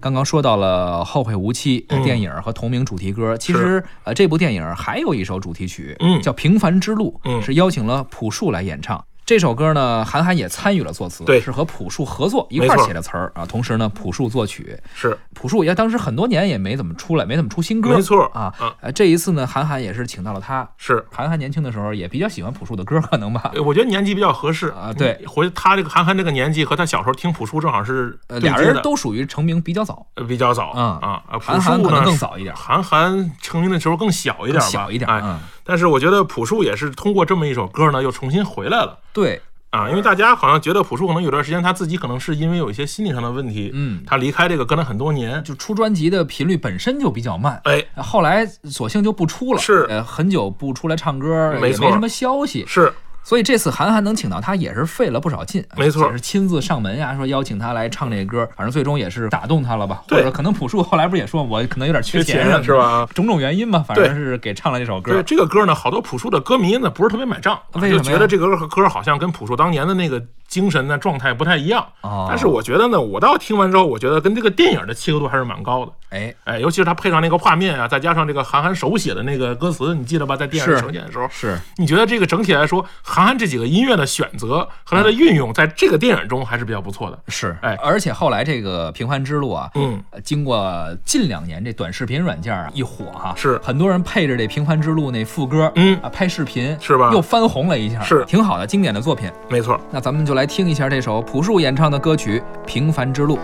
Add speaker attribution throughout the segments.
Speaker 1: 刚刚说到了《后会无期》
Speaker 2: 嗯
Speaker 1: 电影和同名主题歌，其实呃这部电影还有一首主题曲，
Speaker 2: 嗯
Speaker 1: 叫《平凡之路》，
Speaker 2: 嗯
Speaker 1: 是邀请了朴树来演唱。这首歌呢，韩寒也参与了作词，
Speaker 2: 对嗯
Speaker 1: 是和朴树合作一块
Speaker 2: 没
Speaker 1: 儿
Speaker 2: 错
Speaker 1: 写的词儿啊。同时呢，朴树作曲，
Speaker 2: 是
Speaker 1: 朴树也当时很多年也没怎么出来，没怎么出新歌，
Speaker 2: 没错
Speaker 1: 啊
Speaker 2: 啊。
Speaker 1: 呃，这一次呢，韩寒也是请到了他。
Speaker 2: 是，
Speaker 1: 韩寒年轻的时候也比较喜欢朴树的歌，可能吧，
Speaker 2: 呃我觉得年纪比较合适
Speaker 1: 啊对，
Speaker 2: 回他这个韩寒这个年纪和他小时候听朴树正好是
Speaker 1: 呃，
Speaker 2: 对
Speaker 1: 俩
Speaker 2: 接
Speaker 1: 人
Speaker 2: 的
Speaker 1: 都属于成名比较早，
Speaker 2: 呃比较早
Speaker 1: 嗯
Speaker 2: 啊啊，朴
Speaker 1: 韩
Speaker 2: 树
Speaker 1: 寒可
Speaker 2: 呢
Speaker 1: 能更早一点，
Speaker 2: 韩寒成名的时候更小一点吧，
Speaker 1: 小一点，
Speaker 2: 哎，
Speaker 1: 嗯，
Speaker 2: 但是我觉得朴树也是通过这么一首歌呢，又重新回来了。
Speaker 1: 对，
Speaker 2: 啊，因为大家好像觉得朴树可能有段时间他自己可能是因为有一些心理上的问题，
Speaker 1: 嗯
Speaker 2: 他离开这个跟了很多年，
Speaker 1: 就出专辑的频率本身就比较慢。
Speaker 2: 哎，
Speaker 1: 后来索性就不出了，
Speaker 2: 是
Speaker 1: 呃，很久不出来唱歌，
Speaker 2: 没
Speaker 1: 也
Speaker 2: 错
Speaker 1: 没什么消息，
Speaker 2: 是
Speaker 1: 所以这次韩寒能请到他也是费了不少劲，
Speaker 2: 没错
Speaker 1: 也是亲自上门呀，说邀请他来唱这歌，反正最终也是打动他了吧，
Speaker 2: 对
Speaker 1: 或者可能朴树后来不是也说我可能有点缺钱
Speaker 2: 缺钱
Speaker 1: 什么的
Speaker 2: 是吧？
Speaker 1: 种种原因吧，反
Speaker 2: 对
Speaker 1: 正是给唱了这首
Speaker 2: 对
Speaker 1: 歌，
Speaker 2: 这个歌呢，好多朴树的歌迷呢不是特别买账，啊
Speaker 1: 为什
Speaker 2: 就
Speaker 1: 么
Speaker 2: 觉
Speaker 1: 呀
Speaker 2: 得这个歌和歌好像跟朴树当年的那个精神呢状态不太一样。
Speaker 1: 哦
Speaker 2: 但是我觉得呢，我倒听完之后，我觉得跟这个电影的契合度还是蛮高的。
Speaker 1: 哎，
Speaker 2: 哎，尤其是他配上那个画面啊，再加上这个韩寒手写的那个歌词，你记得吧？在电影
Speaker 1: 是
Speaker 2: 呈现的时候，
Speaker 1: 是
Speaker 2: 你觉得这个整体来说，韩寒这几个音乐的选择和他的运用，在这个电影中还是比较不错的。
Speaker 1: 是，
Speaker 2: 哎
Speaker 1: 而且后来这个平凡之路啊，
Speaker 2: 嗯，
Speaker 1: 呃经过近两年这短视频软件啊一火哈、
Speaker 2: 是
Speaker 1: 很多人配着这平凡之路那副歌，
Speaker 2: 嗯
Speaker 1: 啊拍视频
Speaker 2: 是吧
Speaker 1: 又翻红了一下，
Speaker 2: 是
Speaker 1: 挺好的经典的作品。
Speaker 2: 没错，
Speaker 1: 那咱们就来听一下这首朴树演唱的歌曲《平凡之路》。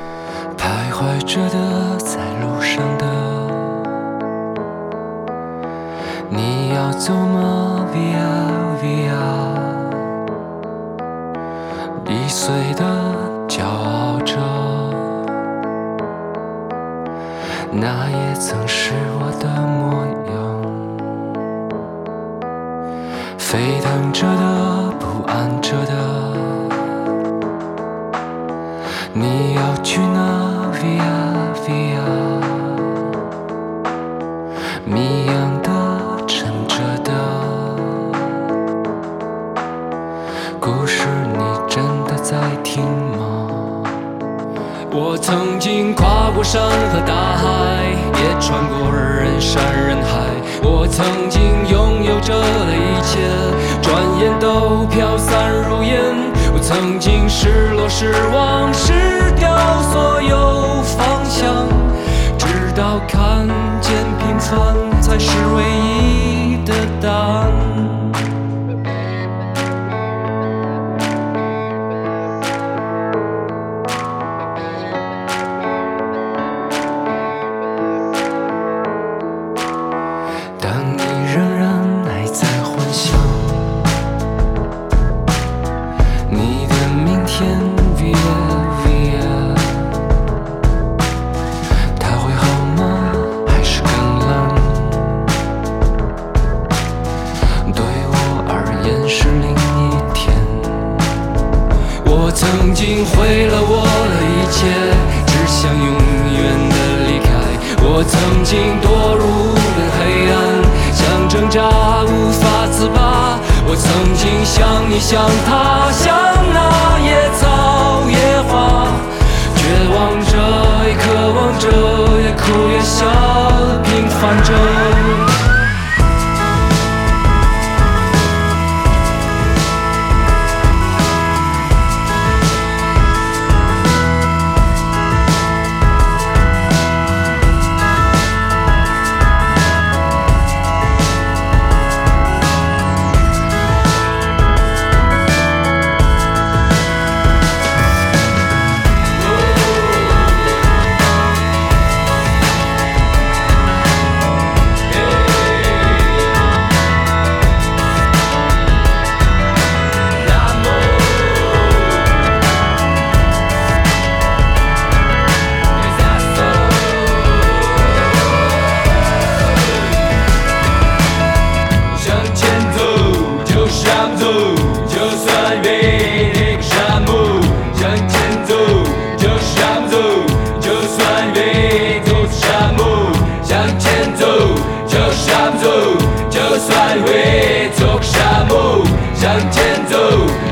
Speaker 3: 徘徊着的，在路上的，你要走吗？Via Via，易碎的，骄傲着，那也曾是我的模样，沸腾着的，不安着的。你要去哪？Via 啊 Via，谜样的、沉着的故事，你真的在听吗？我曾经跨过山和大海，也穿过人山人海。我曾经拥有着的一切，转眼都飘散如烟。我曾经失落、失望、失掉所有方向，直到看见平凡才是唯一的答案。但你仍然还在幻想，你的明天，Via Via，它会好吗？还是更冷？对我而言是另一天。我曾经毁了我的一切，只想永远的离开。我曾经堕入无边黑暗，想挣扎无法自拔。我曾经像你，像他，像那野草野花，绝望着，也渴望着，也哭也笑的平凡着。向前走，就想走，就算越那个沙漠。向前走，就想走，就算越走沙漠。向前走，就想走，就算越走沙漠。向前走，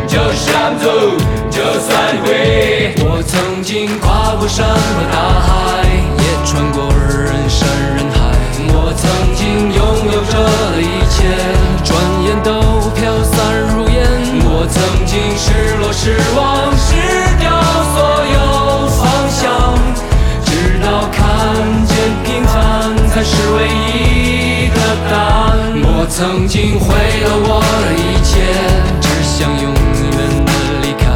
Speaker 3: 就想走，就算越。我曾经跨过山和大海。曾经毁了我的一切，只想永远的离开。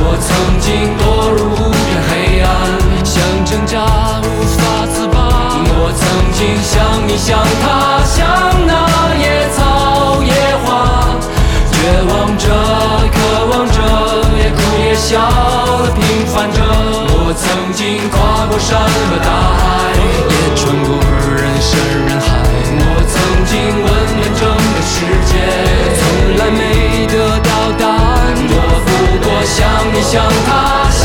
Speaker 3: 我曾经堕入无边黑暗，想挣扎无法自拔。我曾经像你，像他，像那野草野花，绝望着，渴望着，也哭也笑的平凡着。我曾经跨过山和大海，也穿过人山人海。我曾经问遍整个世界，从来没得到答案。我不过像你，像他。